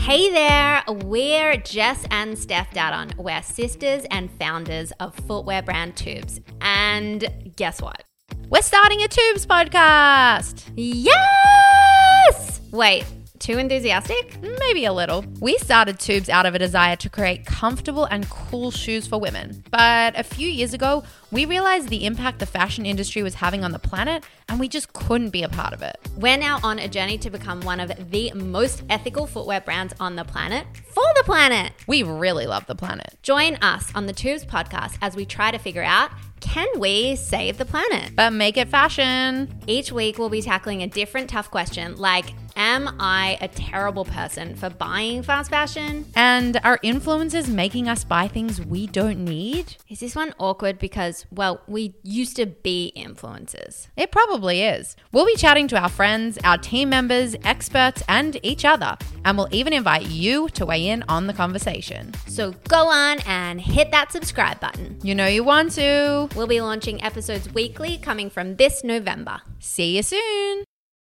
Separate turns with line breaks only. Hey there, we're Jess and Steph Dadon. We're sisters and founders of footwear brand Tubes. And guess what? We're starting a Tubes podcast. Yes! Wait, too enthusiastic?
Maybe a little. We started Tubes out of a desire to create comfortable and cool shoes for women. But a few years ago, we realized the impact the fashion industry was having on the planet, and we just couldn't be a part of it.
We're now on a journey to become one of the most ethical footwear brands on the planet for the planet.
We really love the planet.
Join us on the Tubes podcast as we try to figure out can we save the planet?
But make it fashion.
Each week, we'll be tackling a different tough question like Am I a terrible person for buying fast fashion?
And are influencers making us buy things we don't need?
Is this one awkward because, well, we used to be influencers?
It probably is. We'll be chatting to our friends, our team members, experts, and each other. And we'll even invite you to weigh in on the conversation.
So go on and hit that subscribe button.
You know you want to.
We'll be launching episodes weekly coming from this November.
See you soon.